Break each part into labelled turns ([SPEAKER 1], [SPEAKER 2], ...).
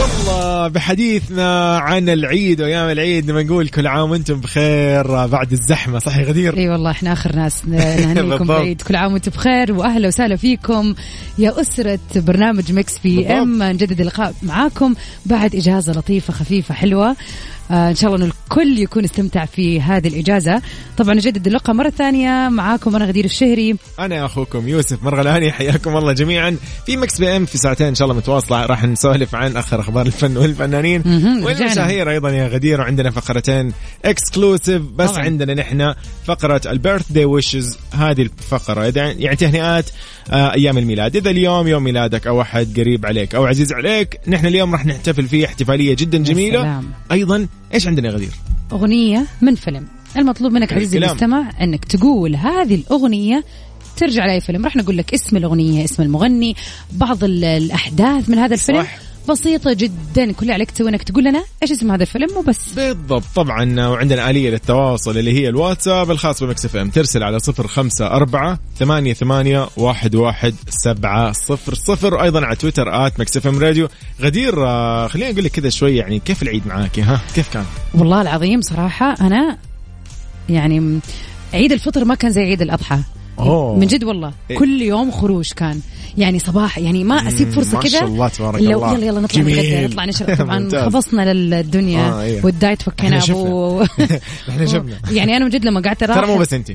[SPEAKER 1] والله بحديثنا عن العيد وايام العيد لما نقول كل عام وانتم بخير بعد الزحمه صح يا غدير؟
[SPEAKER 2] اي والله احنا اخر ناس نهنيكم
[SPEAKER 1] بالضبط.
[SPEAKER 2] بعيد كل عام وانتم بخير واهلا وسهلا فيكم يا اسره برنامج مكس بي ام نجدد اللقاء معاكم بعد اجازه لطيفه خفيفه حلوه آه ان شاء الله ان الكل يكون استمتع في هذه الاجازه طبعا نجدد اللقاء مره ثانيه معاكم انا غدير الشهري
[SPEAKER 1] انا اخوكم يوسف مرغلاني حياكم الله جميعا في مكس بي ام في ساعتين ان شاء الله متواصله راح نسولف عن اخر اخبار الفن والفنانين
[SPEAKER 2] مهم، رجعنا.
[SPEAKER 1] والمشاهير ايضا يا غدير وعندنا فقرتين اكسكلوسيف بس
[SPEAKER 2] طبعاً.
[SPEAKER 1] طبعا. عندنا نحن فقره البيرث داي ويشز هذه الفقره إذا- يعني تهنئات آه، ايام الميلاد اذا اليوم يوم ميلادك او احد قريب عليك او عزيز عليك نحن اليوم راح نحتفل فيه احتفاليه جدا جميله
[SPEAKER 2] سلام.
[SPEAKER 1] ايضا ايش عندنا يا غدير
[SPEAKER 2] اغنيه من فيلم المطلوب منك
[SPEAKER 1] حلو
[SPEAKER 2] عزيزي
[SPEAKER 1] الكلام.
[SPEAKER 2] المستمع انك تقول هذه الاغنيه ترجع لاي فيلم راح نقول لك اسم الاغنيه اسم المغني بعض ال- الاحداث من هذا الفيلم
[SPEAKER 1] صح.
[SPEAKER 2] بسيطة جدا كل اللي عليك تسوي انك تقول لنا ايش اسم هذا الفيلم وبس
[SPEAKER 1] بالضبط طبعا وعندنا آلية للتواصل اللي هي الواتساب الخاص بمكس اف ام ترسل على 054 88 11700 وايضا على تويتر ات مكس اف ام راديو غدير آه، خليني اقول لك كذا شوي يعني كيف العيد معاك ها كيف كان؟
[SPEAKER 2] والله العظيم صراحة انا يعني م- عيد الفطر ما كان زي عيد الاضحى
[SPEAKER 1] أوه.
[SPEAKER 2] من جد والله
[SPEAKER 1] إيه.
[SPEAKER 2] كل يوم خروج كان يعني صباح يعني ما اسيب فرصه
[SPEAKER 1] ما
[SPEAKER 2] كذا
[SPEAKER 1] شاء الله تبارك
[SPEAKER 2] لو
[SPEAKER 1] الله.
[SPEAKER 2] يلا يلا نطلع
[SPEAKER 1] جميل.
[SPEAKER 2] نتغدى نطلع نشرب طبعا
[SPEAKER 1] ممتاز.
[SPEAKER 2] خبصنا للدنيا
[SPEAKER 1] آه، إيه.
[SPEAKER 2] والدايت فكينا
[SPEAKER 1] إحنا
[SPEAKER 2] ابو
[SPEAKER 1] احنا شفنا
[SPEAKER 2] يعني انا من جد لما قعدت
[SPEAKER 1] ترى مو
[SPEAKER 2] اراقب
[SPEAKER 1] بس انت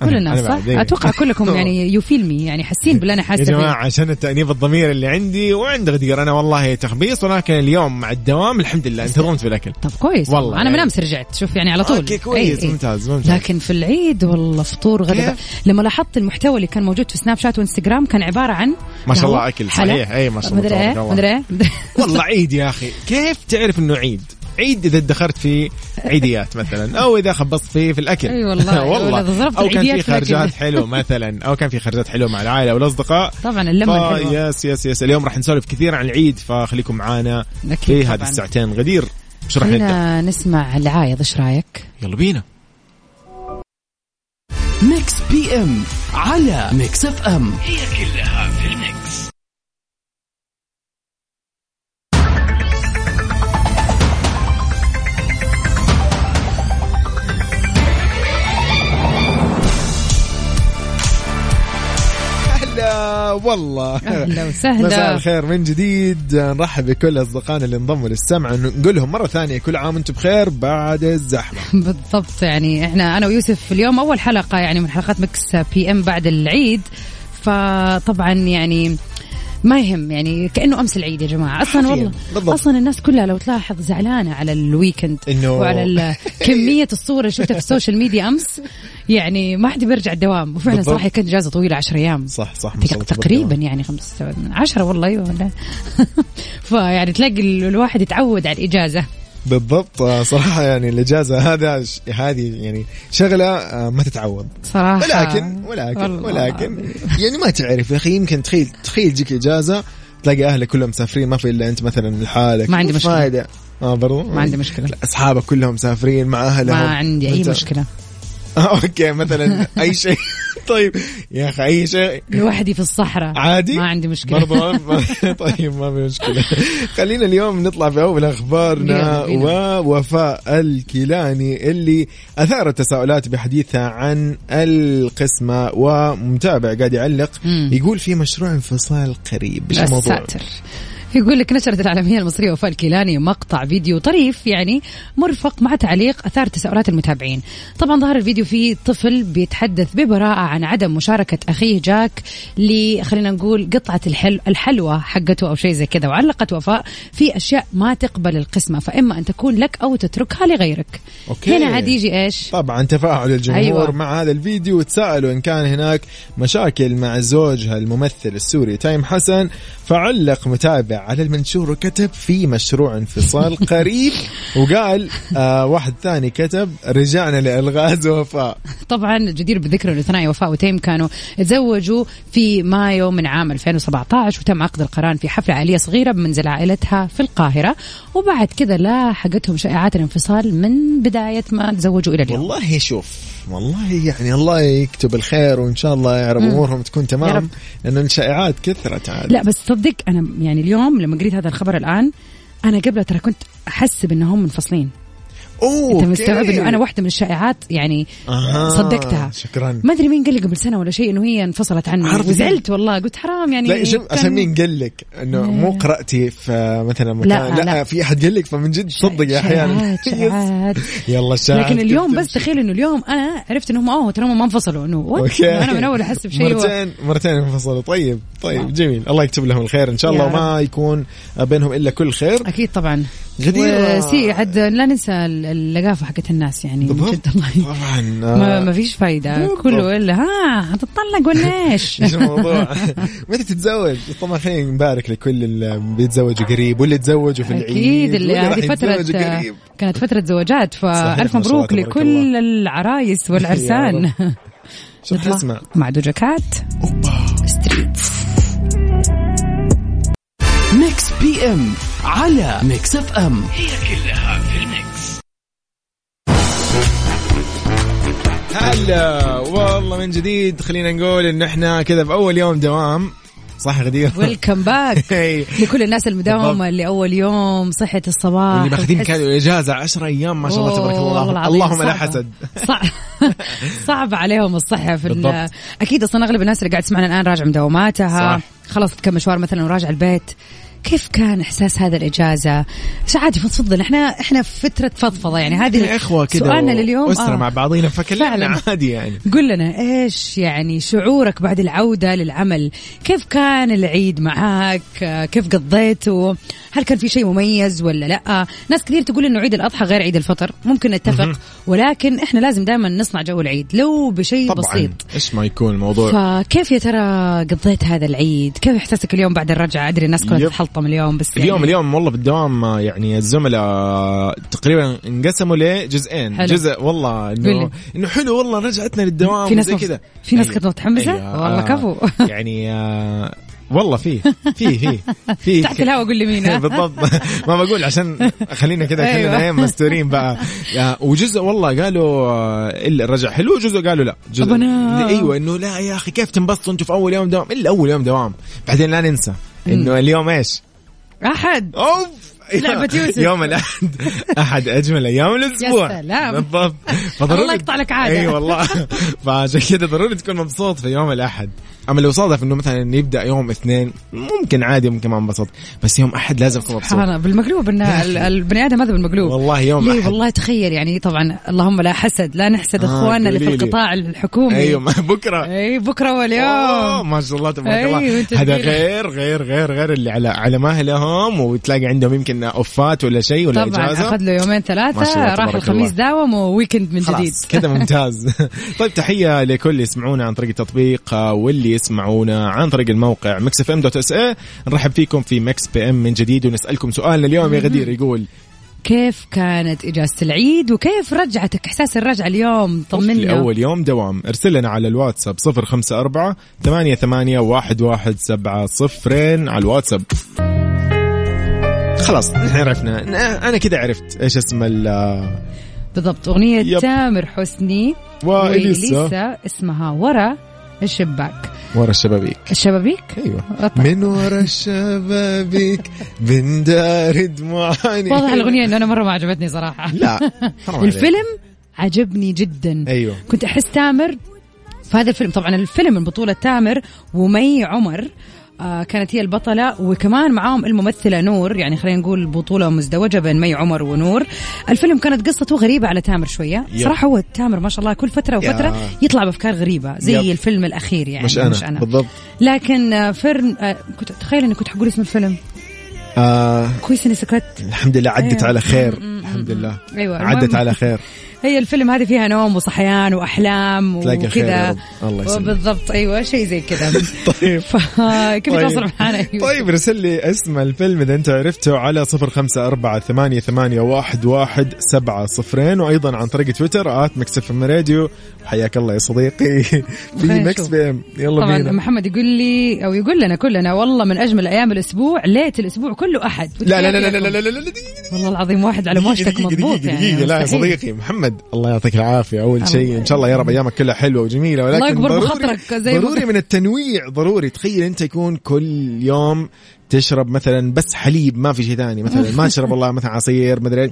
[SPEAKER 2] كل الناس صح؟ اتوقع كلكم
[SPEAKER 1] يا
[SPEAKER 2] يعني يو فيل مي يعني حاسين باللي انا حاسه
[SPEAKER 1] جماعة
[SPEAKER 2] فيه
[SPEAKER 1] عشان التأنيب الضمير اللي عندي وعند غدير أنا والله تخبيص ولكن اليوم مع الدوام الحمد لله انتظمت في الأكل
[SPEAKER 2] طب كويس
[SPEAKER 1] والله
[SPEAKER 2] والله انا
[SPEAKER 1] يعني.
[SPEAKER 2] من امس رجعت شوف يعني على طول
[SPEAKER 1] أوكي، كويس، ممتاز، ممتاز.
[SPEAKER 2] لكن في العيد والله فطور غدا لما لاحظت المحتوى اللي كان موجود في سناب شات وانستغرام كان عباره عن
[SPEAKER 1] ما شاء
[SPEAKER 2] قهوة،
[SPEAKER 1] الله أكل،
[SPEAKER 2] نعم. حلا،
[SPEAKER 1] صحيح، أي ما شاء الله،
[SPEAKER 2] مدري
[SPEAKER 1] تبارك
[SPEAKER 2] ايه
[SPEAKER 1] الله.
[SPEAKER 2] مدري ايه
[SPEAKER 1] والله عيد يا اخي كيف تعرف انه عيد عيد اذا ادخرت في عيديات مثلا او اذا خبصت فيه في الاكل
[SPEAKER 2] أي والله،
[SPEAKER 1] والله
[SPEAKER 2] ولا ضربت
[SPEAKER 1] او كان
[SPEAKER 2] العيديات
[SPEAKER 1] في
[SPEAKER 2] في الأكل.
[SPEAKER 1] خرجات حلوه مثلا او كان في خرجات حلوه مع العائله والاصدقاء
[SPEAKER 2] طبعا اللمه
[SPEAKER 1] فا
[SPEAKER 2] الحلوه
[SPEAKER 1] يس يس يس اليوم راح نسولف كثير عن العيد فخليكم معانا
[SPEAKER 2] أكيد
[SPEAKER 1] في
[SPEAKER 2] طبعاً.
[SPEAKER 1] إيه، هذه الساعتين غدير ايش راح نبدا؟
[SPEAKER 2] خلينا نسمع العايض ايش رايك؟
[SPEAKER 1] يلا بينا
[SPEAKER 3] ميكس بي ام على ميكس اف ام
[SPEAKER 1] هلا والله
[SPEAKER 2] اهلا
[SPEAKER 1] مساء
[SPEAKER 2] وسهلا
[SPEAKER 1] الخير من جديد نرحب بكل اصدقائنا اللي انضموا للسمع نقول لهم مره ثانيه كل عام وانتم بخير بعد الزحمه
[SPEAKER 2] بالضبط يعني احنا انا ويوسف اليوم اول حلقه يعني من حلقات مكس بي ام بعد العيد فطبعا يعني ما يهم يعني كانه امس العيد يا جماعه اصلا
[SPEAKER 1] حرفياً،
[SPEAKER 2] والله
[SPEAKER 1] بالضبط.
[SPEAKER 2] اصلا الناس كلها لو تلاحظ زعلانه على الويكند
[SPEAKER 1] إنه-
[SPEAKER 2] وعلى ال- كميه الصور اللي شفتها في السوشيال ميديا امس يعني ما حد بيرجع الدوام وفعلا
[SPEAKER 1] بالضبط.
[SPEAKER 2] صراحه كانت اجازه طويله 10 ايام
[SPEAKER 1] صح صح ما شاء الله
[SPEAKER 2] تق-
[SPEAKER 1] تبارك
[SPEAKER 2] تقريبا
[SPEAKER 1] الله.
[SPEAKER 2] يعني خمس عشرة والله ايوه لا. فيعني تلاقي ال- الواحد يتعود على الاجازه
[SPEAKER 1] بالضبط آه، صراحة يعني الإجازة هذا ش- هذه يعني شغلة آه، ما تتعوض
[SPEAKER 2] صراحه
[SPEAKER 1] ولكن ولكن
[SPEAKER 2] والله
[SPEAKER 1] ولكن يعني ما تعرف يا أخي يمكن تخيل تخيل تجيك إجازة تلاقي أهلك كلهم مسافرين ما في إلا أنت مثلا لحالك
[SPEAKER 2] ما عندي مشكلة.
[SPEAKER 1] فايدة اه برضو
[SPEAKER 2] ما عندي مشكله
[SPEAKER 1] أصحابك كلهم مسافرين مع أهلهم
[SPEAKER 2] ما عندي اي
[SPEAKER 1] أنت-
[SPEAKER 2] مشكله
[SPEAKER 1] آه أوكي مثلا أي شيء طيب يا أخي أي شيء
[SPEAKER 2] لوحدي في الصحراء
[SPEAKER 1] عادي
[SPEAKER 2] ما عندي مشكله
[SPEAKER 1] برضو ما- طيب ما في مشكله خلينا اليوم نطلع في اول اخبارنا
[SPEAKER 2] يلا بينا.
[SPEAKER 1] ووفاء الكيلاني اللي اثارت تساؤلات بحديثها عن القسمه ومتابع قاعد يعلق
[SPEAKER 2] مم.
[SPEAKER 1] يقول في مشروع انفصال قريب ايش
[SPEAKER 2] يا
[SPEAKER 1] الموضوع؟
[SPEAKER 2] ساتر يقول لك نشرت الإعلامية المصرية وفاء الكيلاني مقطع فيديو طريف يعني مرفق مع تعليق أثار تساؤلات المتابعين طبعا ظهر الفيديو فيه طفل بيتحدث ببراءة عن عدم مشاركة أخيه جاك ل خلينا نقول قطعة الحل الحلوى حقته أو شيء زي كذا وعلقت وفاء في أشياء ما تقبل القسمة فإما أن تكون لك أو تتركها لغيرك
[SPEAKER 1] أوكي.
[SPEAKER 2] هنا عاد يجي إيش
[SPEAKER 1] طبعا تفاعل الجمهور
[SPEAKER 2] أيوة.
[SPEAKER 1] أيوة. مع هذا الفيديو وتسألوا ان كان هناك مشاكل مع زوجها الممثل السوري تايم حسن فعلق متابع على المنشور وكتب في مشروع انفصال قريب وقال آه واحد ثاني كتب رجعنا لالغاز وفاء
[SPEAKER 2] طبعا الجدير بالذكر انه ثنايا وفاء وتيم كانوا تزوجوا في مايو من عام 2017 وتم عقد القران في حفله عائليه صغيره بمنزل عائلتها في القاهره وبعد كذا لاحقتهم شائعات الانفصال من بدايه ما تزوجوا الى اليوم
[SPEAKER 1] والله شوف والله يعني الله يكتب الخير وان شاء الله يا رب امورهم تكون
[SPEAKER 2] يا
[SPEAKER 1] تمام
[SPEAKER 2] رب.
[SPEAKER 1] لانه الشائعات كثرت عاد
[SPEAKER 2] لا بس تصدق انا يعني اليوم لما قريت هذا الخبر الان انا قبل ترى كنت احسب انهم منفصلين
[SPEAKER 1] اوه
[SPEAKER 2] انت
[SPEAKER 1] أوكي.
[SPEAKER 2] مستوعب انه انا واحده من الشائعات يعني
[SPEAKER 1] آه،
[SPEAKER 2] صدقتها
[SPEAKER 1] شكرا
[SPEAKER 2] ما ادري مين قال لي قبل سنه ولا شيء انه هي انفصلت عني
[SPEAKER 1] عارفة
[SPEAKER 2] وزعلت والله قلت حرام يعني
[SPEAKER 1] لا شوف
[SPEAKER 2] كان-
[SPEAKER 1] عشان مين قال لك انه مو قراتي في مثلا مكان
[SPEAKER 2] لا،
[SPEAKER 1] لا, لا,
[SPEAKER 2] لا.
[SPEAKER 1] في احد قال لك فمن جد صدق احيانا
[SPEAKER 2] شائعات شائعات
[SPEAKER 1] يلا شاهد
[SPEAKER 2] لكن اليوم بس تخيل انه اليوم انا عرفت انهم اوه ترى هم ما انفصلوا انه what؟
[SPEAKER 1] اوكي
[SPEAKER 2] انا من اول احس بشيء و-
[SPEAKER 1] مرتين مرتين انفصلوا طيب طيب جميل الله يكتب لهم الخير ان شاء
[SPEAKER 2] يا
[SPEAKER 1] الله
[SPEAKER 2] رب.
[SPEAKER 1] وما يكون بينهم الا كل خير
[SPEAKER 2] اكيد طبعا
[SPEAKER 1] جدير.
[SPEAKER 2] وسي عاد لا ننسى ال- اللقافه حقت الناس يعني من
[SPEAKER 1] بالضبط.
[SPEAKER 2] جد الله
[SPEAKER 1] طبعا
[SPEAKER 2] ما,
[SPEAKER 1] آه،
[SPEAKER 2] ما فيش فايده
[SPEAKER 1] بالضبط.
[SPEAKER 2] كله الا ها هتطلق ولا ايش؟
[SPEAKER 1] ايش الموضوع؟ متى تتزوج؟ طبعا خلينا نبارك لكل اللي بيتزوجوا قريب واللي تزوجوا في العيد
[SPEAKER 2] اكيد اللي
[SPEAKER 1] واللي راح
[SPEAKER 2] هذه فتره
[SPEAKER 1] يتزوجوا قريب.
[SPEAKER 2] كانت فتره زواجات
[SPEAKER 1] صحيح، ما
[SPEAKER 2] فالف
[SPEAKER 1] شاء الله،
[SPEAKER 2] مبروك
[SPEAKER 1] تبارك
[SPEAKER 2] لكل
[SPEAKER 1] الله.
[SPEAKER 2] العرايس والعرسان
[SPEAKER 1] يا شوف
[SPEAKER 2] نطلع
[SPEAKER 1] اسمع
[SPEAKER 2] مع دوجا كات ستريتس
[SPEAKER 3] ميكس بي ام على ميكس اف ام هي كلها في الميكس
[SPEAKER 1] هلا والله من جديد خلينا نقول ان احنا كذا في اول يوم دوام صح يا غدير؟
[SPEAKER 2] ويلكم باك
[SPEAKER 1] إي.
[SPEAKER 2] لكل الناس
[SPEAKER 1] بالضبط.
[SPEAKER 2] المداومه اللي اول يوم صحه الصباح
[SPEAKER 1] واللي ماخذين
[SPEAKER 2] وتحس-
[SPEAKER 1] كانوا اجازه 10 ايام ما شاء الله تبارك
[SPEAKER 2] أوه، والله
[SPEAKER 1] الله
[SPEAKER 2] العظيم
[SPEAKER 1] اللهم لا
[SPEAKER 2] صعبة.
[SPEAKER 1] حسد
[SPEAKER 2] صعب صعب عليهم الصحه في ال...
[SPEAKER 1] بالضبط.
[SPEAKER 2] اكيد اصلا اغلب الناس اللي قاعد تسمعنا الان راجعه من دواماتها
[SPEAKER 1] صح.
[SPEAKER 2] خلصت كم مشوار مثلا وراجع البيت كيف كان احساس هذا الاجازه؟ ساعات تفضل احنا احنا في فتره فضفضه يعني هذه
[SPEAKER 1] يا اخوه كذا
[SPEAKER 2] سؤالنا لليوم
[SPEAKER 1] اسره
[SPEAKER 2] آه.
[SPEAKER 1] مع بعضينا فكلنا
[SPEAKER 2] فعلاً.
[SPEAKER 1] عادي يعني
[SPEAKER 2] قل لنا ايش يعني شعورك بعد العوده للعمل؟ كيف كان العيد معك؟ آه، كيف قضيته؟ هل كان في شيء مميز ولا لا؟ ناس كثير تقول انه عيد الاضحى غير عيد الفطر، ممكن نتفق ولكن احنا لازم دائما نصنع جو العيد لو بشيء
[SPEAKER 1] طبعا
[SPEAKER 2] بسيط.
[SPEAKER 1] ايش ما يكون الموضوع
[SPEAKER 2] فكيف يا ترى قضيت هذا العيد؟ كيف احساسك اليوم بعد الرجعه؟ ادري الناس كلها
[SPEAKER 1] يب.
[SPEAKER 2] تتحلطم اليوم بس
[SPEAKER 1] اليوم
[SPEAKER 2] يعني
[SPEAKER 1] اليوم والله بالدوام آه، يعني الزملاء آه، تقريبا انقسموا لجزئين
[SPEAKER 2] حلو.
[SPEAKER 1] جزء والله
[SPEAKER 2] قولي.
[SPEAKER 1] انه انه حلو والله رجعتنا للدوام
[SPEAKER 2] في ناس
[SPEAKER 1] وزي
[SPEAKER 2] مبس-
[SPEAKER 1] كذا
[SPEAKER 2] في ناس
[SPEAKER 1] أي-
[SPEAKER 2] كانت متحمسة؟
[SPEAKER 1] أيوة.
[SPEAKER 2] والله كفو.
[SPEAKER 1] يعني آه، والله في في في في
[SPEAKER 2] تحت الهواء قول لي مين ها؟
[SPEAKER 1] بالضبط ما بقول عشان خلينا كذا
[SPEAKER 2] أيوة.
[SPEAKER 1] خلينا ايه مستورين بقى يا- وجزء والله قالوا آه، الا الرجع حلو وجزء قالوا لا جزء
[SPEAKER 2] طب أنا-
[SPEAKER 1] ايوه انه لا يا اخي كيف تنبسطوا انتم في اول يوم دوام الا اول يوم دوام بعدين لا ننسى انه اليوم ايش؟
[SPEAKER 2] احد
[SPEAKER 1] اوف
[SPEAKER 2] لعبة يوسف.
[SPEAKER 1] يوم الاحد احد اجمل ايام الاسبوع
[SPEAKER 2] يا سلام.
[SPEAKER 1] بالضبط
[SPEAKER 2] الله يقطع لك عادة.
[SPEAKER 1] اي والله فعشان كذا ضروري تكون مبسوط في يوم الاحد اما لو صادف انه مثلا يبدا يوم اثنين ممكن عادي ممكن ما انبسط بس يوم احد لازم تكون مبسوط
[SPEAKER 2] سبحان الله بالمقلوب إن ال- البني ادم هذا بالمقلوب
[SPEAKER 1] والله يوم
[SPEAKER 2] ليه
[SPEAKER 1] أحد.
[SPEAKER 2] والله تخيل يعني طبعا اللهم لا حسد لا نحسد
[SPEAKER 1] آه،
[SPEAKER 2] اخواننا اللي في
[SPEAKER 1] قولي لي.
[SPEAKER 2] القطاع الحكومي
[SPEAKER 1] ايوه ما- بكره
[SPEAKER 2] اي بكره
[SPEAKER 1] أوه،
[SPEAKER 2] واليوم
[SPEAKER 1] ما شاء الله تبارك
[SPEAKER 2] أيوة،
[SPEAKER 1] الله
[SPEAKER 2] أنت
[SPEAKER 1] هذا
[SPEAKER 2] تقول.
[SPEAKER 1] غير غير غير غير اللي على على مهلهم وتلاقي عندهم يمكن اوفات ولا شيء ولا
[SPEAKER 2] طبعا
[SPEAKER 1] اجازه
[SPEAKER 2] اخذ له يومين
[SPEAKER 1] ما شاء
[SPEAKER 2] ثلاثه
[SPEAKER 1] الله،
[SPEAKER 2] راح
[SPEAKER 1] تبارك
[SPEAKER 2] الخميس داوم وويكند من جديد
[SPEAKER 1] خلاص كذا ممتاز طيب تحيه لكل اللي يسمعونا عن طريق التطبيق آه، واللي يسمعونا عن طريق الموقع اف ام دوت اس اي نرحب فيكم في مكس بي ام من جديد ونسالكم سؤالنا اليوم يا غدير يقول
[SPEAKER 2] كيف كانت اجازه العيد وكيف رجعتك احساس الرجعه اليوم طمنا
[SPEAKER 1] اول يوم دوام ارسل لنا على الواتساب 054 88 11700 على الواتساب خلاص نحن عرفنا انا كذا عرفت ايش اسم ال
[SPEAKER 2] بالضبط اغنيه
[SPEAKER 1] يب.
[SPEAKER 2] تامر حسني
[SPEAKER 1] وإليسا.
[SPEAKER 2] وإليسا اسمها ورا الشباك
[SPEAKER 1] ورا الشبابيك
[SPEAKER 2] الشبابيك
[SPEAKER 1] ايوه
[SPEAKER 2] أيوة، أطلع.
[SPEAKER 1] من ورا الشبابيك بندار دموعي
[SPEAKER 2] واضح الاغنيه انه انا مره ما عجبتني صراحه
[SPEAKER 1] لا حرام عليك.
[SPEAKER 2] الفيلم يعني عجبني جدا
[SPEAKER 1] أيوه.
[SPEAKER 2] كنت احس تامر في هذا الفيلم طبعا الفيلم من بطوله تامر ومي عمر آه، كانت هي البطلة وكمان معاهم الممثلة نور يعني خلينا نقول بطولة مزدوجة بين مي عمر ونور الفيلم كانت قصته غريبة على تامر شوية
[SPEAKER 1] يب.
[SPEAKER 2] صراحة هو تامر ما شاء الله كل فترة وفترة
[SPEAKER 1] يا.
[SPEAKER 2] يطلع بأفكار غريبة زي
[SPEAKER 1] يب.
[SPEAKER 2] الفيلم الأخير يعني
[SPEAKER 1] مش أنا. بالضبط.
[SPEAKER 2] لكن آه، فيرن آه، كنت تخيل اني كنت حقول اسم الفيلم
[SPEAKER 1] آه
[SPEAKER 2] كويس اني سكت
[SPEAKER 1] الحمد لله عدت
[SPEAKER 2] أيوه.
[SPEAKER 1] على خير الحمد لله
[SPEAKER 2] أيوه.
[SPEAKER 1] عدت
[SPEAKER 2] المهم.
[SPEAKER 1] على خير
[SPEAKER 2] هي الفيلم هذه فيها نوم وصحيان واحلام
[SPEAKER 1] تلاقي خير يا
[SPEAKER 2] وكذا
[SPEAKER 1] رب. الله يسلمك.
[SPEAKER 2] بالضبط ايوه شيء زي كذا
[SPEAKER 1] طيب
[SPEAKER 2] فكيف يتواصلوا معنا أيوة.
[SPEAKER 1] طيب. طيب ارسل لي اسم الفيلم اذا انت عرفته على صفر خمسة أربعة ثمانية, ثمانية واحد, واحد سبعة صفرين وايضا عن طريق تويتر ات ميكس اف ام راديو حياك الله يا صديقي في
[SPEAKER 2] خلينا
[SPEAKER 1] ميكس
[SPEAKER 2] نشوف.
[SPEAKER 1] بي ام يلا
[SPEAKER 2] طبعا
[SPEAKER 1] بينا
[SPEAKER 2] محمد يقول لي او يقول لنا كلنا والله من اجمل ايام الاسبوع ليت الاسبوع كله احد
[SPEAKER 1] لا لا لا لا لا لا لا لا دقيقة،
[SPEAKER 2] والله العظيم واحد على موجتك
[SPEAKER 1] دقيقة،
[SPEAKER 2] مضبوط
[SPEAKER 1] دقيقة،
[SPEAKER 2] يعني
[SPEAKER 1] دقيقة، لا يا
[SPEAKER 2] مستحيل.
[SPEAKER 1] صديقي محمد الله يعطيك العافية أول شيء إن شاء الله يا رب أيامك كلها حلوة وجميلة ولكن
[SPEAKER 2] الله يكبر
[SPEAKER 1] ضروري-
[SPEAKER 2] بخاطرك زي ما
[SPEAKER 1] ضروري
[SPEAKER 2] قلت.
[SPEAKER 1] من التنويع ضروري تخيل أنت يكون كل يوم تشرب مثلا بس حليب ما في شيء ثاني مثلا ما تشرب والله مثلا عصير مدري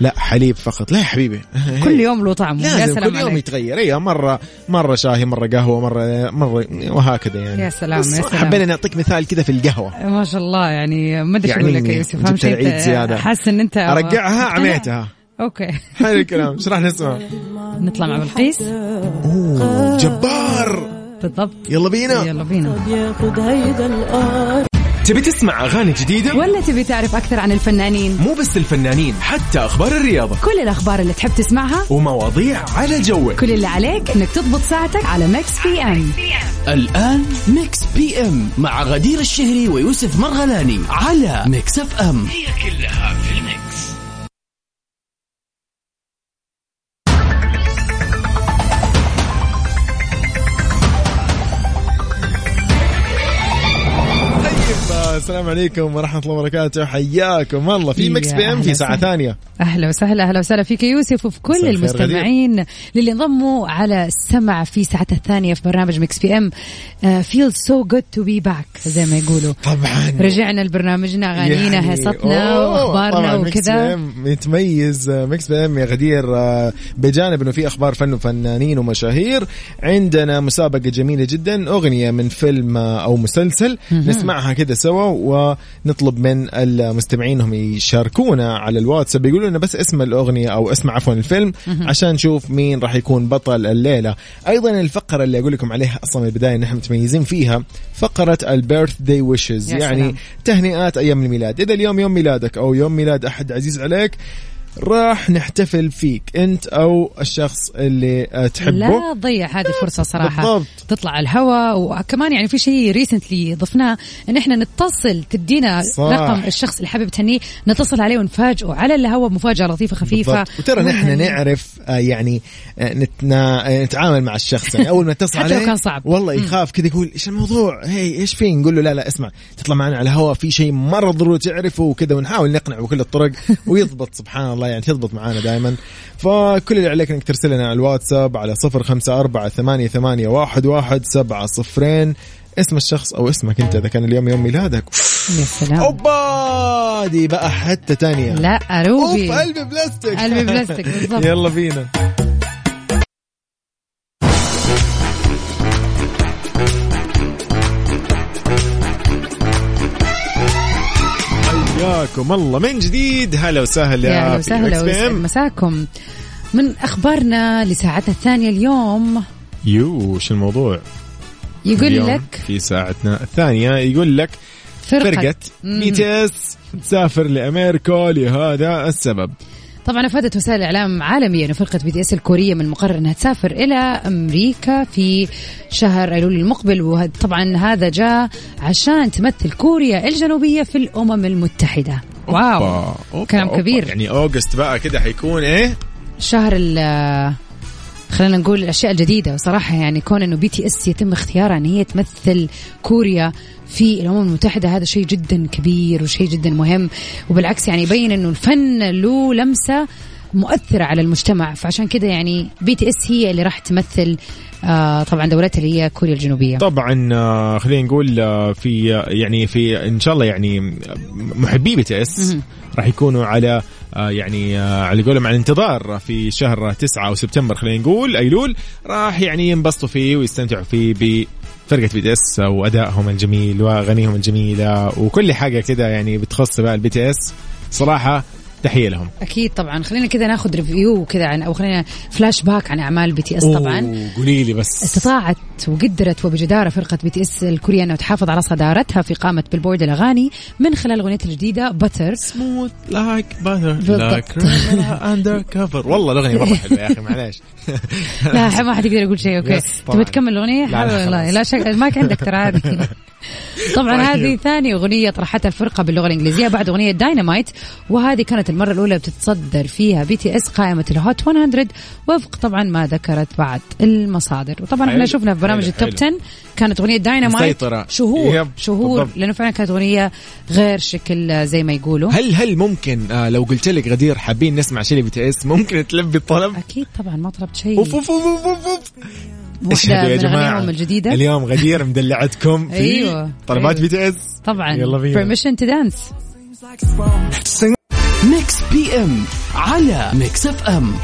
[SPEAKER 1] لا حليب فقط لا يا حبيبي
[SPEAKER 2] كل يوم له طعم يا
[SPEAKER 1] لازم
[SPEAKER 2] سلام
[SPEAKER 1] كل يوم
[SPEAKER 2] عليك
[SPEAKER 1] يتغير ايوه مره مره شاي مره قهوه مره مره وهكذا يعني
[SPEAKER 2] يا سلام،
[SPEAKER 1] بس
[SPEAKER 2] يا سلام.
[SPEAKER 1] حبينا نعطيك مثال كذا في القهوه
[SPEAKER 2] ما شاء الله يعني ما ادري شو
[SPEAKER 1] يعني
[SPEAKER 2] اقول لك يا يوسف
[SPEAKER 1] جبت
[SPEAKER 2] اهم شيء
[SPEAKER 1] العيد
[SPEAKER 2] انت
[SPEAKER 1] زيادة.
[SPEAKER 2] حاسس ان انت
[SPEAKER 1] ارجعها
[SPEAKER 2] مقتنع.
[SPEAKER 1] عميتها
[SPEAKER 2] اوكي
[SPEAKER 1] حلو الكلام ايش راح نسمع؟
[SPEAKER 2] نطلع مع بلقيس
[SPEAKER 1] اوه جبار
[SPEAKER 2] بالضبط
[SPEAKER 1] يلا بينا
[SPEAKER 2] يلا بينا
[SPEAKER 4] تبي تسمع أغاني جديدة؟
[SPEAKER 2] ولا تبي تعرف اكثر عن الفنانين
[SPEAKER 4] مو بس الفنانين حتى أخبار الرياضة
[SPEAKER 2] كل الاخبار اللي تحب تسمعها
[SPEAKER 4] ومواضيع على جوك
[SPEAKER 2] كل اللي عليك انك تضبط ساعتك على ميكس بي ام
[SPEAKER 3] الآن ميكس بي ام مع غدير الشهري ويوسف مرغلاني على ميكس اف ام
[SPEAKER 1] طيب السلام عليكم ورحمه الله وبركاته حياكم والله في
[SPEAKER 2] يا
[SPEAKER 1] مكس بي ام
[SPEAKER 2] أهلا
[SPEAKER 1] في ساعه ثانيه
[SPEAKER 2] اهلا وسهلا اهلا وسهلا فيك يا يوسف وفي
[SPEAKER 1] مساء
[SPEAKER 2] كل
[SPEAKER 1] الخير
[SPEAKER 2] المستمعين للي انضموا على السمع في ساعتها الثانيه في برنامج مكس بي ام فيل سو جود تو بي باك زي ما يقولوا
[SPEAKER 1] طبعا
[SPEAKER 2] رجعنا لبرنامجنا اغانينا
[SPEAKER 1] يعني-
[SPEAKER 2] هيصتنا
[SPEAKER 1] أوه،
[SPEAKER 2] واخبارنا
[SPEAKER 1] طبعاً ميكس بي
[SPEAKER 2] وكذا
[SPEAKER 1] إم يتميز آه، ميكس بي ام يا غدير آه، بجانب انه في اخبار فن وفنانين ومشاهير عندنا مسابقه جميله جدا اغنيه من فيلم آه، او مسلسل نسمعها كذا سوا ونطلب من المستمعين هم يشاركونا على الواتساب يقولوا لنا بس اسم الاغنيه او اسم عفوا الفيلم عشان نشوف مين راح يكون بطل الليله ايضا الفقره اللي اقول لكم عليها اصلا من البدايه نحن متميزين فيها فقره البيرث داي ويشز
[SPEAKER 2] يا
[SPEAKER 1] يعني
[SPEAKER 2] سلام.
[SPEAKER 1] تهنئات ايام الميلاد اذا اليوم يوم ميلادك او يوم ميلاد احد عزيز عليك راح نحتفل فيك انت او الشخص اللي آه،
[SPEAKER 2] لا
[SPEAKER 1] تحبه
[SPEAKER 2] تضيع هذه الفرصه صراحه
[SPEAKER 1] بالضبط.
[SPEAKER 2] تطلع على الهواء وكمان يعني في شيء ريسنتلي ضفناه ان احنا نتصل تدينا
[SPEAKER 1] صح.
[SPEAKER 2] رقم الشخص اللي حابب تهنيه نتصل عليه ونفاجئه على الهواء بمفاجاه لطيفه خفيفه
[SPEAKER 1] بالضبط. وترى نحن نعرف آه، يعني آه، نتنا- آه، نتعامل مع الشخص يعني اول ما اتصل
[SPEAKER 2] حتى لو
[SPEAKER 1] عليه
[SPEAKER 2] كان صعب.
[SPEAKER 1] والله يخاف كذا يقول ايش الموضوع هي ايش في نقول له لا لا اسمع تطلع معنا على الهواء في شيء مره ضروري تعرفه وكذا ونحاول نقنعه بكل الطرق ويضبط سبحان الله يعني تضبط معانا دائما فكل اللي عليك انك ترسل لنا على الواتساب على 0548811700 اسم الشخص او اسمك انت اذا كان اليوم يوم ميلادك
[SPEAKER 2] يا سلام
[SPEAKER 1] اوبا دي بقى حته تانية
[SPEAKER 2] لا
[SPEAKER 1] اوف
[SPEAKER 2] روبي
[SPEAKER 1] قلبي بلاستيك
[SPEAKER 2] قلبي بلاستيك، بالضبط.
[SPEAKER 1] يلا بينا حياكم الله من جديد هلا وسهلا
[SPEAKER 2] يا اهلا
[SPEAKER 1] في Mix
[SPEAKER 2] وسهلا ويسعد
[SPEAKER 1] FM.
[SPEAKER 2] مساكم من اخبارنا لساعتنا الثانيه اليوم
[SPEAKER 1] يو شو الموضوع
[SPEAKER 2] يقول
[SPEAKER 1] اليوم
[SPEAKER 2] لك
[SPEAKER 1] في ساعتنا الثانية يقول لك
[SPEAKER 2] فرقة,
[SPEAKER 1] فرقة
[SPEAKER 2] مم.
[SPEAKER 1] بي تي اس تسافر لأمريكا لهذا السبب
[SPEAKER 2] طبعا افادت وسائل الاعلام عالميا ان فرقه بي دي اس الكوريه من المقرر انها تسافر الى امريكا في شهر ايلول المقبل وطبعا هذا جاء عشان تمثل كوريا الجنوبيه في الامم المتحده واو
[SPEAKER 1] أوبا، أوبا،
[SPEAKER 2] كلام
[SPEAKER 1] أوبا.
[SPEAKER 2] كبير.
[SPEAKER 1] يعني اوجست بقى كده حيكون ايه
[SPEAKER 2] شهر ال خلينا نقول الاشياء الجديده وصراحه يعني كون انه بي تي اس يتم اختيارها ان هي تمثل كوريا في الامم المتحده هذا شيء جدا كبير وشيء جدا مهم وبالعكس يعني يبين انه الفن له لمسه مؤثره على المجتمع فعشان كده يعني بي تي اس هي اللي راح تمثل آه طبعا دولتها اللي هي كوريا الجنوبيه
[SPEAKER 1] طبعا آه، خلينا نقول آه، في يعني في ان شاء الله يعني محبي بي تي اس راح يكونوا على آه، يعني آه، على قولهم على انتظار في شهر تسعة او سبتمبر خلينا نقول ايلول راح يعني ينبسطوا فيه ويستمتعوا فيه بفرقة بي تي اس وادائهم الجميل واغانيهم الجميله وكل حاجه كده يعني بتخص بقى البي تي اس صراحه تحيه لهم
[SPEAKER 2] اكيد طبعا خلينا كده ناخذ ريفيو كذا عن او خلينا فلاش باك عن اعمال بي تي اس طبعا
[SPEAKER 1] أوه، قولي لي بس
[SPEAKER 2] استطاعت وقدرت وبجدارة فرقة بي تي اس الكورية أنها تحافظ على صدارتها في قامة بيلبورد الأغاني من خلال أغنيتها الجديدة بتر
[SPEAKER 1] سموث لايك باتر
[SPEAKER 2] بالضبط.
[SPEAKER 1] لايك اندر كفر والله الاغنيه مره حلوه يا اخي معليش
[SPEAKER 2] لا ح- ما حد يقدر يقول شيء اوكي
[SPEAKER 1] يس، طبعاً.
[SPEAKER 2] تبي تكمل الاغنيه؟
[SPEAKER 1] لا، لا،
[SPEAKER 2] حلو والله
[SPEAKER 1] خلاص.
[SPEAKER 2] لا شك ما كان عندك ترى هذه طبعا
[SPEAKER 1] طيب.
[SPEAKER 2] هذه ثاني اغنيه طرحتها الفرقه باللغه الانجليزيه بعد اغنيه داينامايت وهذه كانت المره الاولى بتتصدر فيها بي تي اس قائمه الهوت 100 وفق طبعا ما ذكرت بعض المصادر وطبعا احنا
[SPEAKER 1] حلو،
[SPEAKER 2] شفنا في برامج
[SPEAKER 1] حلو،
[SPEAKER 2] التوب
[SPEAKER 1] حلو.
[SPEAKER 2] 10 كانت اغنيه داينامايت
[SPEAKER 1] مسيطرة.
[SPEAKER 2] شهور
[SPEAKER 1] يب،
[SPEAKER 2] شهور
[SPEAKER 1] بالضبط.
[SPEAKER 2] لانه فعلا كانت اغنيه غير شكل زي ما يقولوا
[SPEAKER 1] هل هل ممكن آه لو قلت لك غدير حابين نسمع شيلي بي تي اس ممكن تلبي الطلب؟
[SPEAKER 2] اكيد طبعا ما طلبت شيء
[SPEAKER 1] اوف اوف اوف اوف اوف
[SPEAKER 2] واحده
[SPEAKER 1] اشهدوا
[SPEAKER 2] من
[SPEAKER 1] يا جماعه
[SPEAKER 2] اغانيهم الجديده
[SPEAKER 1] اليوم غدير مدلعتكم في
[SPEAKER 2] أيوة.
[SPEAKER 1] طلبات
[SPEAKER 2] أيوة.
[SPEAKER 1] بي تي اس
[SPEAKER 2] طبعا
[SPEAKER 1] يلا بينا.
[SPEAKER 2] بيرميشن تو دانس
[SPEAKER 3] ميكس بي ام على ميكس اف ام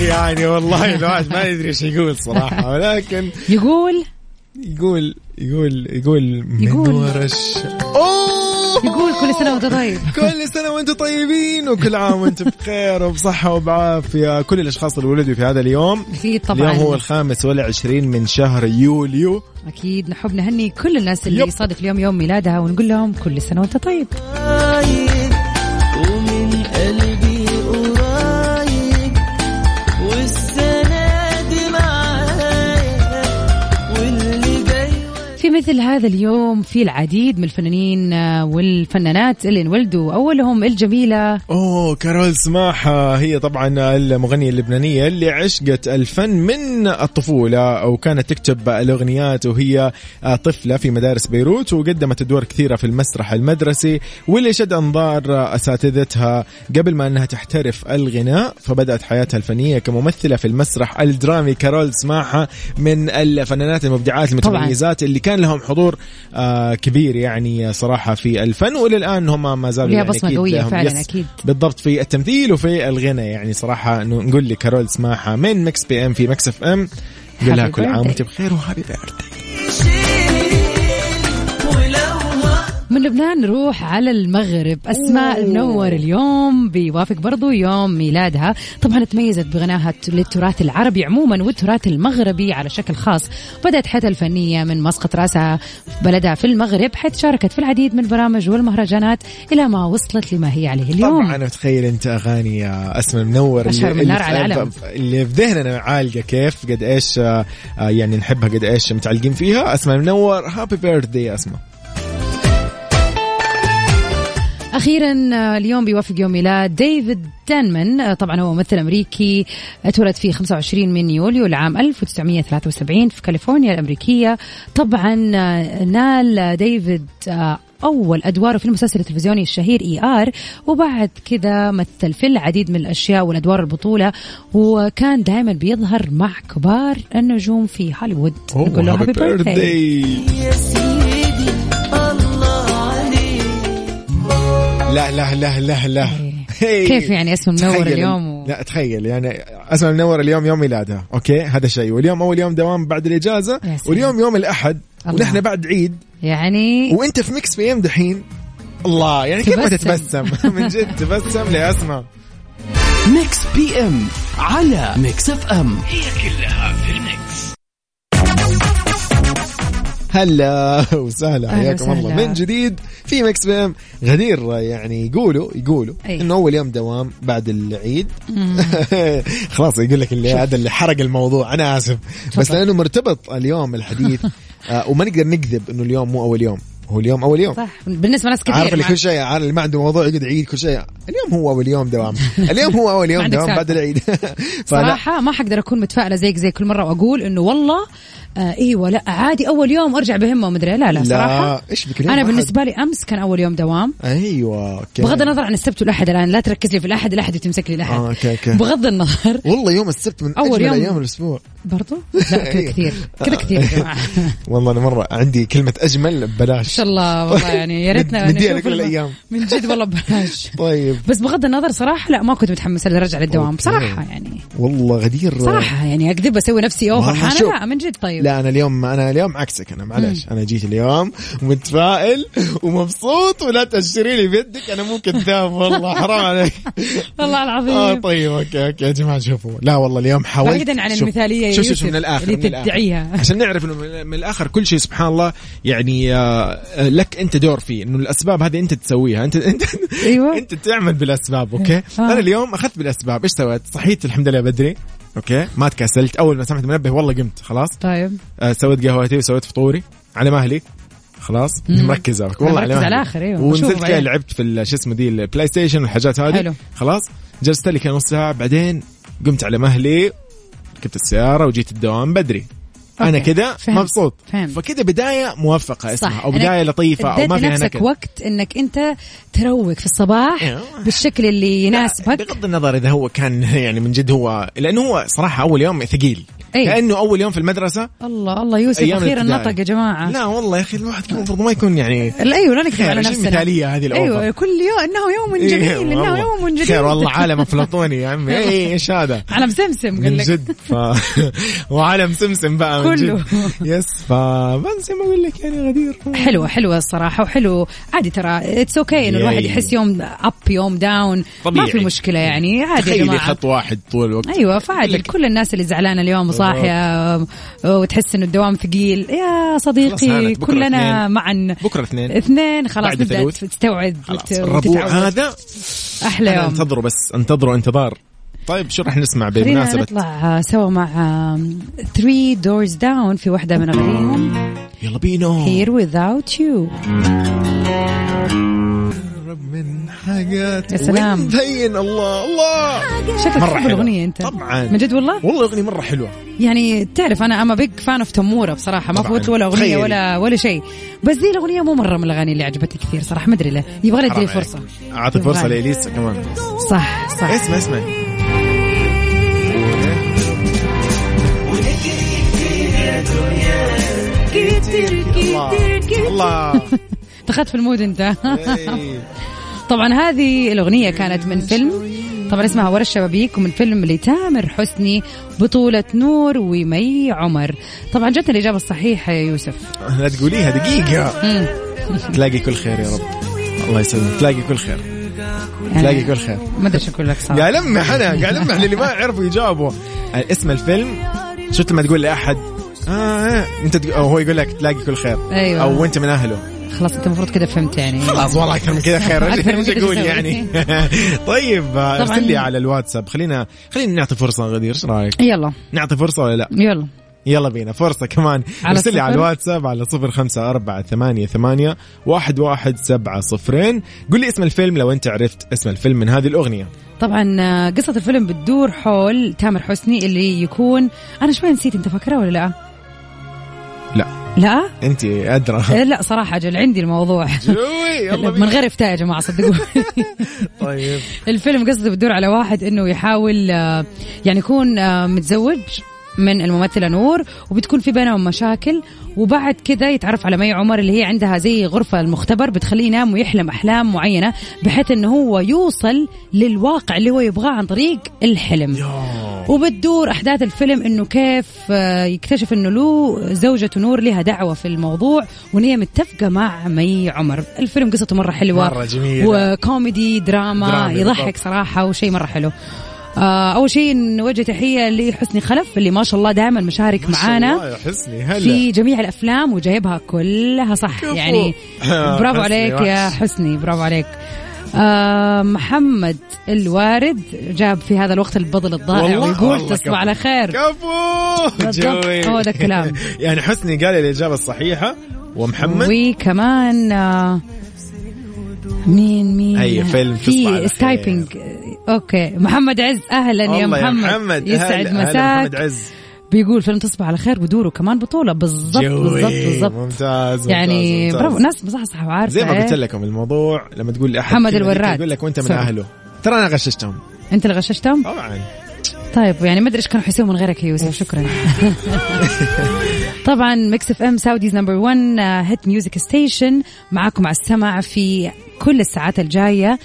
[SPEAKER 1] يعني والله الواحد ما يدري ايش يقول صراحه ولكن
[SPEAKER 2] يقول
[SPEAKER 1] يقول يقول يقول من
[SPEAKER 2] يقول.
[SPEAKER 1] ورا الش اوه
[SPEAKER 2] يقول كل سنه وانت طيب
[SPEAKER 1] كل سنة وانتم طيبين وكل عام وانتم بخير وبصحة وبعافية كل الأشخاص اللي ولدوا في هذا اليوم
[SPEAKER 2] اكيد طبعا
[SPEAKER 1] اليوم هو الخامس والعشرين من شهر يوليو
[SPEAKER 2] اكيد نحب نهني كل الناس اللي
[SPEAKER 1] يب.
[SPEAKER 2] يصادف اليوم يوم ميلادها ونقول لهم كل سنه وانت طيب
[SPEAKER 3] ومن قلبي قريب والسنة دي معايا واللي جاي
[SPEAKER 2] في مثل هذا اليوم في العديد من الفنانين آه، والفنانات اللي انولدوا اولهم الجميله
[SPEAKER 1] اوه كارول سماحة هي طبعا المغنية اللبنانية اللي عشقت الفن من الطفولة وكانت تكتب الأغنيات وهي طفلة في مدارس بيروت وقدمت أدوار كثيرة في المسرح المدرسي واللي شد أنظار أساتذتها قبل ما أنها تحترف الغناء فبدأت حياتها الفنية كممثلة في المسرح الدرامي كارول سماحة من الفنانات المبدعات المتميزات اللي كان لهم حضور آه، كبير يعني صراحة في الفن وللآن هم ما زالوا
[SPEAKER 2] ليها
[SPEAKER 1] يعني
[SPEAKER 2] بصمة
[SPEAKER 1] أكيد
[SPEAKER 2] قوية
[SPEAKER 1] لهم-
[SPEAKER 2] فعلاً،
[SPEAKER 1] يس،
[SPEAKER 2] أكيد.
[SPEAKER 1] بالضبط في التمثيل وفي الغنى يعني صراحة إنه نقول لكارول سماحة من مكس بي ام في مكس اف ام نقول لها
[SPEAKER 2] Happy
[SPEAKER 1] كل عام
[SPEAKER 2] birthday.
[SPEAKER 1] وانت بخير وهابي بيرثدي
[SPEAKER 2] من لبنان نروح على المغرب اسماء منور اليوم بيوافق برضو يوم ميلادها طبعا تميزت بغناها للتراث العربي عموما والتراث المغربي على شكل خاص بدأت حياتها الفنية من مسقط رأسها في بلدها في المغرب حيث شاركت في العديد من البرامج والمهرجانات إلى ما وصلت لما هي عليه اليوم
[SPEAKER 1] طبعا متخيل انت اغاني آه، اسم منور
[SPEAKER 2] أشهر من نار على العلم.
[SPEAKER 1] اللي في ذهننا عالقه كيف قد ايش آه، آه، يعني نحبها قد ايش متعلقين فيها اسماء منور هابي بيرثدي اسماء
[SPEAKER 2] اخيرا آه، اليوم بيوافق يوم ميلاد ديفيد دانمان آه، طبعا هو ممثل امريكي آه، اتولد في 25 من يوليو العام 1973 في كاليفورنيا الامريكيه طبعا آه، نال آه، ديفيد آه، أول أدواره في المسلسل التلفزيوني الشهير إي آر وبعد كذا مثل في العديد من الأشياء والأدوار البطولة وكان دائما بيظهر مع كبار النجوم في هوليوود
[SPEAKER 1] Oh,
[SPEAKER 2] نقول له هابي بيرثداي
[SPEAKER 1] لا لا لا لا لا هي.
[SPEAKER 2] كيف يعني اسمه منور
[SPEAKER 1] تخيل-
[SPEAKER 2] اليوم و-
[SPEAKER 1] لا تخيل يعني اسمع منور اليوم يوم ميلادها اوكي هذا شيء واليوم اول يوم دوام بعد الاجازه
[SPEAKER 2] يا سلام.
[SPEAKER 1] واليوم يوم الاحد
[SPEAKER 2] الله.
[SPEAKER 1] ونحن بعد عيد
[SPEAKER 2] يعني
[SPEAKER 1] وانت في ميكس بي ام دحين الله يعني كيف ما
[SPEAKER 2] تبسم.
[SPEAKER 1] تتبسم من جد تبسم لي اسمع
[SPEAKER 3] ميكس بي ام على ميكس اف ام
[SPEAKER 1] هلا وسهلا
[SPEAKER 2] أهلا
[SPEAKER 1] حياكم الله
[SPEAKER 2] وسهلا.
[SPEAKER 1] من جديد في ميكس بي ام غدير يعني يقولوا يقولوا
[SPEAKER 2] أي.
[SPEAKER 1] انه اول يوم دوام بعد العيد خلاص يقول لك اللي هذا اللي حرق الموضوع انا اسف بس لانه مرتبط اليوم الحديث آه، وما نقدر نكذب انه اليوم مو اول يوم هو اليوم اول يوم
[SPEAKER 2] صح بالنسبة لناس كثير
[SPEAKER 1] عارف اللي
[SPEAKER 2] ما-
[SPEAKER 1] كل شيء عارف اللي ما عنده موضوع يقعد يعيد كل شيء اليوم هو اول يوم دوام اليوم هو اول
[SPEAKER 2] ما
[SPEAKER 1] يوم
[SPEAKER 2] عندك
[SPEAKER 1] دوام
[SPEAKER 2] سالفة.
[SPEAKER 1] بعد العيد فلا
[SPEAKER 2] صراحة ما حقدر أكون متفائلة زيك زي كل مرة وأقول إنه والله آه إيوه لا عادي أول يوم أرجع بهمة ومدري إيه. لا لا صراحة
[SPEAKER 1] لا ايش بك اليوم
[SPEAKER 2] أنا
[SPEAKER 1] أحد.
[SPEAKER 2] بالنسبة لي أمس كان أول يوم دوام
[SPEAKER 1] ايوه اوكي
[SPEAKER 2] بغض النظر عن السبت والأحد الآن لا تركز لي في الأحد الأحد وتمسك لي الأحد
[SPEAKER 1] آه، أوكي، أوكي.
[SPEAKER 2] بغض النظر
[SPEAKER 1] والله يوم السبت من اجمل
[SPEAKER 2] أول يوم.
[SPEAKER 1] ايام الاسبوع
[SPEAKER 2] برضو لا كذا كثير كذا كثير يا جماعة إن
[SPEAKER 1] والله انا مره عندي كلمه اجمل ببلاش
[SPEAKER 2] شاء الله والله يعني يا ريتنا
[SPEAKER 1] بدي
[SPEAKER 2] نشوف
[SPEAKER 1] على كل
[SPEAKER 2] الم-
[SPEAKER 1] الأيام.
[SPEAKER 2] من جد والله ببلاش
[SPEAKER 1] طيب
[SPEAKER 2] بس بغض النظر صراحة لا ما كنت متحمسة للرجعة للدوام
[SPEAKER 1] أوكي. طيب.
[SPEAKER 2] بصراحة يعني
[SPEAKER 1] والله غدير
[SPEAKER 2] صراحة يعني أكذب أسوي نفسي أوفر
[SPEAKER 1] والله
[SPEAKER 2] أنا
[SPEAKER 1] شوف.
[SPEAKER 2] لا من جد طيب
[SPEAKER 1] لا انا اليوم انا اليوم عكسك انا معلش انا جيت اليوم متفائل ومبسوط ولا تأشري لي بيدك انا مو كذاب والله حرام عليك
[SPEAKER 2] والله
[SPEAKER 1] اه
[SPEAKER 2] العظيم
[SPEAKER 1] طيب اوكي اوكي يا جماعه شوفوا لا والله اليوم حاولت
[SPEAKER 2] بعيدا عن
[SPEAKER 1] شوف-
[SPEAKER 2] المثالية يا
[SPEAKER 1] شوف شوف
[SPEAKER 2] يوسف
[SPEAKER 1] من الاخر
[SPEAKER 2] اللي
[SPEAKER 1] من الآخر.
[SPEAKER 2] تدعيها.
[SPEAKER 1] عشان نعرف انه من من الاخر كل شيء سبحان الله يعني آه، آه، لك انت دور فيه انه الاسباب هذه انت تسويها انت انت
[SPEAKER 2] أيوة. إيه. آه.
[SPEAKER 1] انت تعمل بالاسباب اوكي انا اليوم اخذت بالاسباب ايش سويت صحيت الحمد لله بدري اوكي ما تكسلت اول ما سمعت منبه والله قمت خلاص
[SPEAKER 2] طيب
[SPEAKER 1] آه، سويت قهوتي وسويت فطوري على مهلي خلاص مركزه والله
[SPEAKER 2] مركز على
[SPEAKER 1] مهلي.
[SPEAKER 2] الآخر، أيوة. بشوفه
[SPEAKER 1] ونزلت كذا
[SPEAKER 2] بعدين.
[SPEAKER 1] لعبت في ال- شو اسمه دي البلاي ستيشن والحاجات هذه
[SPEAKER 2] حلو.
[SPEAKER 1] خلاص جلست لي كان نص ساعه بعدين قمت على مهلي ركبت السياره وجيت الدوام بدري انا
[SPEAKER 2] أوكي.
[SPEAKER 1] كذا
[SPEAKER 2] فهمت.
[SPEAKER 1] مبسوط
[SPEAKER 2] فهمت.
[SPEAKER 1] فكذا بدايه موفقه اسمها او
[SPEAKER 2] أنا
[SPEAKER 1] بدايه لطيفه او ما
[SPEAKER 2] اديت
[SPEAKER 1] فيها
[SPEAKER 2] لنفسك
[SPEAKER 1] نكد
[SPEAKER 2] وقت انك انت تروق في الصباح
[SPEAKER 1] أيوة.
[SPEAKER 2] بالشكل اللي يناسبك
[SPEAKER 1] بغض النظر اذا هو كان يعني من جد هو لانه هو صراحه اول يوم ثقيل
[SPEAKER 2] أي.
[SPEAKER 1] كانه اول يوم في المدرسه
[SPEAKER 2] الله الله يوسف
[SPEAKER 1] أيام
[SPEAKER 2] اخيرا
[SPEAKER 1] الابتدائي.
[SPEAKER 2] إيه. نطق يا جماعه
[SPEAKER 1] لا والله يا اخي الواحد كان المفروض ما يكون يعني
[SPEAKER 2] لا ايوه لا نكذب
[SPEAKER 1] خير،
[SPEAKER 2] على
[SPEAKER 1] عشان
[SPEAKER 2] نفسنا
[SPEAKER 1] المثالية هذه الأوفر.
[SPEAKER 2] ايوه كل يوم انه يوم
[SPEAKER 1] إيه،
[SPEAKER 2] جديد انه
[SPEAKER 1] والله.
[SPEAKER 2] يوم جديد
[SPEAKER 1] خير والله عالم افلاطوني يا عمي اي ايش هذا
[SPEAKER 2] على مسمسم قال
[SPEAKER 1] من
[SPEAKER 2] لك
[SPEAKER 1] جد ف... وعالم سمسم بقى من
[SPEAKER 2] كله.
[SPEAKER 1] جد يس فبنسى ما اقول لك يعني غدير
[SPEAKER 2] حلوة حلوة الصراحة وحلو عادي ترى اتس اوكي انه
[SPEAKER 1] ياي.
[SPEAKER 2] الواحد يحس يوم اب يوم داون ما
[SPEAKER 1] طبيعي.
[SPEAKER 2] في مشكلة يعني عادي يا
[SPEAKER 1] تخيلي
[SPEAKER 2] جماعة
[SPEAKER 1] خط واحد طول الوقت
[SPEAKER 2] ايوه فعادي كل الناس اللي زعلانه اليوم وصاحيه وتحس انه الدوام ثقيل يا
[SPEAKER 1] خلاص
[SPEAKER 2] صديقي
[SPEAKER 1] هانت، بكرة
[SPEAKER 2] كلنا
[SPEAKER 1] اثنين.
[SPEAKER 2] معا
[SPEAKER 1] بكره اثنين
[SPEAKER 2] اثنين خلاص
[SPEAKER 1] بعد
[SPEAKER 2] نبدا
[SPEAKER 1] ثلوث.
[SPEAKER 2] تستوعب
[SPEAKER 1] خلاص
[SPEAKER 2] وت-
[SPEAKER 1] الربوع
[SPEAKER 2] وتتعود.
[SPEAKER 1] هذا
[SPEAKER 2] احلى
[SPEAKER 1] أنا
[SPEAKER 2] يوم
[SPEAKER 1] انتظروا بس انتظروا انتظار طيب شو راح نسمع
[SPEAKER 2] خلينا
[SPEAKER 1] بمناسبة
[SPEAKER 2] نطلع آه، سوا مع 3 دورز داون في واحدة من أغانيهم
[SPEAKER 1] يلا بينا
[SPEAKER 2] Here Without You
[SPEAKER 1] قرب من حاجات
[SPEAKER 2] يا سلام.
[SPEAKER 1] وين الله الله
[SPEAKER 2] شكلك
[SPEAKER 1] مرة
[SPEAKER 2] تحب
[SPEAKER 1] حلوة.
[SPEAKER 2] الأغنية أنت
[SPEAKER 1] طبعاً.
[SPEAKER 2] من جد والله
[SPEAKER 1] والله اغنية مرة حلوة
[SPEAKER 2] يعني تعرف أنا أما بيج فان أوف تمورة بصراحة ما
[SPEAKER 1] طبعاً.
[SPEAKER 2] فوت ولا أغنية
[SPEAKER 1] تخيلي.
[SPEAKER 2] ولا ولا شيء بس دي الأغنية مو مرة من الأغاني اللي عجبتني كثير صراحة ما أدري ليه يبغى لي أدري
[SPEAKER 1] حرام
[SPEAKER 2] فرصة
[SPEAKER 1] عليك. اعطي فرصة
[SPEAKER 2] يبغالي.
[SPEAKER 1] لإليسا كمان
[SPEAKER 2] صح صح
[SPEAKER 1] اسمع اسمع الله
[SPEAKER 2] دخلت في المود أنت
[SPEAKER 1] إيه.
[SPEAKER 2] طبعا هذه الأغنية كانت من فيلم طبعا اسمها ورا الشبابيك ومن فيلم لتامر حسني بطولة نور ومي عمر طبعا جتنا الإجابة الصحيحة يا يوسف
[SPEAKER 1] لا تقوليها دقيقة تلاقي كل خير يا رب الله يسلمك تلاقي كل خير تلاقي كل خير
[SPEAKER 2] ما ادري شو اقول لك صراحه
[SPEAKER 1] قاعد المح انا قاعد المح للي ما عرفوا يجاوبوا يعني اسم الفيلم شفت لما تقول لاحد آه آه، انت تق- أو هو يقول لك تلاقي كل خير
[SPEAKER 2] أيوة.
[SPEAKER 1] او انت من اهله
[SPEAKER 2] خلاص انت المفروض كده فهمت يعني
[SPEAKER 1] خلاص والله اكثر من كذا خير
[SPEAKER 2] أكثر من
[SPEAKER 1] ايش
[SPEAKER 2] كده
[SPEAKER 1] اقول
[SPEAKER 2] شو أسوي؟
[SPEAKER 1] يعني طيب آه،
[SPEAKER 2] طبعاً.
[SPEAKER 1] ارسل لي على الواتساب خلينا خلينا نعطي فرصه غدير ايش رايك؟
[SPEAKER 2] يلا
[SPEAKER 1] نعطي فرصه ولا لا؟
[SPEAKER 2] يلا
[SPEAKER 1] يلا بينا فرصة كمان
[SPEAKER 2] على
[SPEAKER 1] ارسل لي على
[SPEAKER 2] صفر.
[SPEAKER 1] الواتساب على صفر خمسة أربعة ثمانية ثمانية واحد واحد سبعة صفرين قل لي اسم الفيلم لو أنت عرفت اسم الفيلم من هذه الأغنية
[SPEAKER 2] طبعا آه، قصة الفيلم بتدور حول تامر حسني اللي يكون انا شوي نسيت انت فاكرها ولا لا؟
[SPEAKER 1] لا
[SPEAKER 2] لا؟
[SPEAKER 1] أنت أدرى
[SPEAKER 2] آه، لا صراحة اجل عندي الموضوع
[SPEAKER 1] جوي يلا
[SPEAKER 2] من
[SPEAKER 1] بينا
[SPEAKER 2] غير افتاء يا جماعة صدقوني
[SPEAKER 1] طيب
[SPEAKER 2] الفيلم قصده بتدور على واحد انه يحاول آه، يعني يكون آه، متزوج من الممثلة نور وبتكون في بينهم مشاكل وبعد كذا يتعرف على مي عمر اللي هي عندها زي غرفة المختبر بتخليه ينام ويحلم أحلام معينة بحيث انه هو يوصل للواقع اللي هو يبغاه عن طريق الحلم وبتدور احداث الفيلم انه كيف آه، يكتشف انه له زوجته نور لها دعوه في الموضوع وان هي متفقه مع مي عمر، الفيلم قصته مره حلوه
[SPEAKER 1] مرة جميلة.
[SPEAKER 2] وكوميدي دراما,
[SPEAKER 1] دراما،
[SPEAKER 2] يضحك
[SPEAKER 1] بالضبط.
[SPEAKER 2] صراحه وشيء مره حلو. آه، اول شيء نوجه تحيه لحسني خلف اللي ما شاء الله دائما مشارك
[SPEAKER 1] والله
[SPEAKER 2] معانا
[SPEAKER 1] يا حسني هلا
[SPEAKER 2] في جميع الافلام وجايبها كلها صح
[SPEAKER 1] كفو.
[SPEAKER 2] يعني برافو
[SPEAKER 1] حسني
[SPEAKER 2] عليك يا
[SPEAKER 1] وحش.
[SPEAKER 2] حسني برافو عليك آه محمد الوارد جاب في هذا الوقت البذل الضائع
[SPEAKER 1] والله-
[SPEAKER 2] ويقول
[SPEAKER 1] والله
[SPEAKER 2] تصبح
[SPEAKER 1] كفو.
[SPEAKER 2] على خير
[SPEAKER 1] كفو
[SPEAKER 2] بالضبط،
[SPEAKER 1] جوي
[SPEAKER 2] هو ده الكلام.
[SPEAKER 1] يعني حسني قال الإجابة الصحيحة ومحمد
[SPEAKER 2] وكمان آه، مين مين
[SPEAKER 1] أي فيلم تصبح
[SPEAKER 2] في
[SPEAKER 1] على
[SPEAKER 2] سكايبنج اوكي محمد عز اهلا يا
[SPEAKER 1] الله
[SPEAKER 2] محمد, يسعد
[SPEAKER 1] هلا- هلا
[SPEAKER 2] مساك
[SPEAKER 1] محمد عز
[SPEAKER 2] بيقول فيلم تصبح على خير ودوره كمان بطوله بالضبط
[SPEAKER 1] جوي.
[SPEAKER 2] بالضبط بالضبط
[SPEAKER 1] ممتاز
[SPEAKER 2] يعني
[SPEAKER 1] ممتاز- ممتاز.
[SPEAKER 2] برافو ناس مصحصحه وعارفه
[SPEAKER 1] زي ما
[SPEAKER 2] إيه.
[SPEAKER 1] قلت لكم الموضوع لما تقول لاحد
[SPEAKER 2] محمد
[SPEAKER 1] كلمة
[SPEAKER 2] الوراد.
[SPEAKER 1] يقول لك وانت من
[SPEAKER 2] سوري.
[SPEAKER 1] اهله ترى انا غششتهم
[SPEAKER 2] انت اللي غششتهم
[SPEAKER 1] طبعا
[SPEAKER 2] طيب يعني ما ادري ايش كانوا حيسووا من غيرك يا يوسف شكرا طبعا ميكس اف ام سعوديز نمبر 1 هيت ميوزك ستيشن معاكم على السمع في كل الساعات الجايه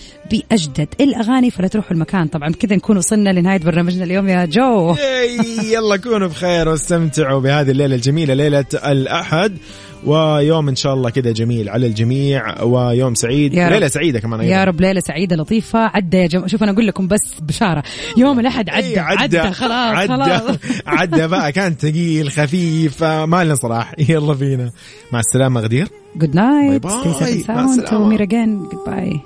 [SPEAKER 2] باجدد الاغاني فلا تروحوا المكان طبعا كذا نكون وصلنا لنهايه برنامجنا اليوم يا جو
[SPEAKER 1] إي، إيه، يلا كونوا بخير واستمتعوا بهذه الليله الجميله ليله الاحد ويوم ان شاء الله كذا جميل على الجميع ويوم سعيد
[SPEAKER 2] يا رب.
[SPEAKER 1] ليله سعيده كمان أيضاً.
[SPEAKER 2] يا رب ليله سعيده لطيفه عدى يا جماعه شوف انا اقول لكم بس بشاره
[SPEAKER 1] إيه،
[SPEAKER 2] يوم الاحد عدى
[SPEAKER 1] إي،
[SPEAKER 2] عدى خلاص
[SPEAKER 1] عدى
[SPEAKER 2] خلاص
[SPEAKER 1] عدى بقى كان ثقيل خفيف آه، ما لنا صلاح يلا فينا مع السلامه غدير
[SPEAKER 2] جود نايت
[SPEAKER 1] باي
[SPEAKER 2] ستي
[SPEAKER 1] باي.
[SPEAKER 2] سيف
[SPEAKER 1] مع
[SPEAKER 2] ساوند تو
[SPEAKER 1] السلامة.
[SPEAKER 2] مير اجين جود باي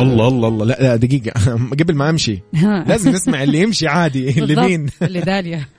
[SPEAKER 1] الله الله الله لا, لا دقيقه قبل ما امشي لازم نسمع اللي يمشي عادي اللي مين
[SPEAKER 2] اللي داليا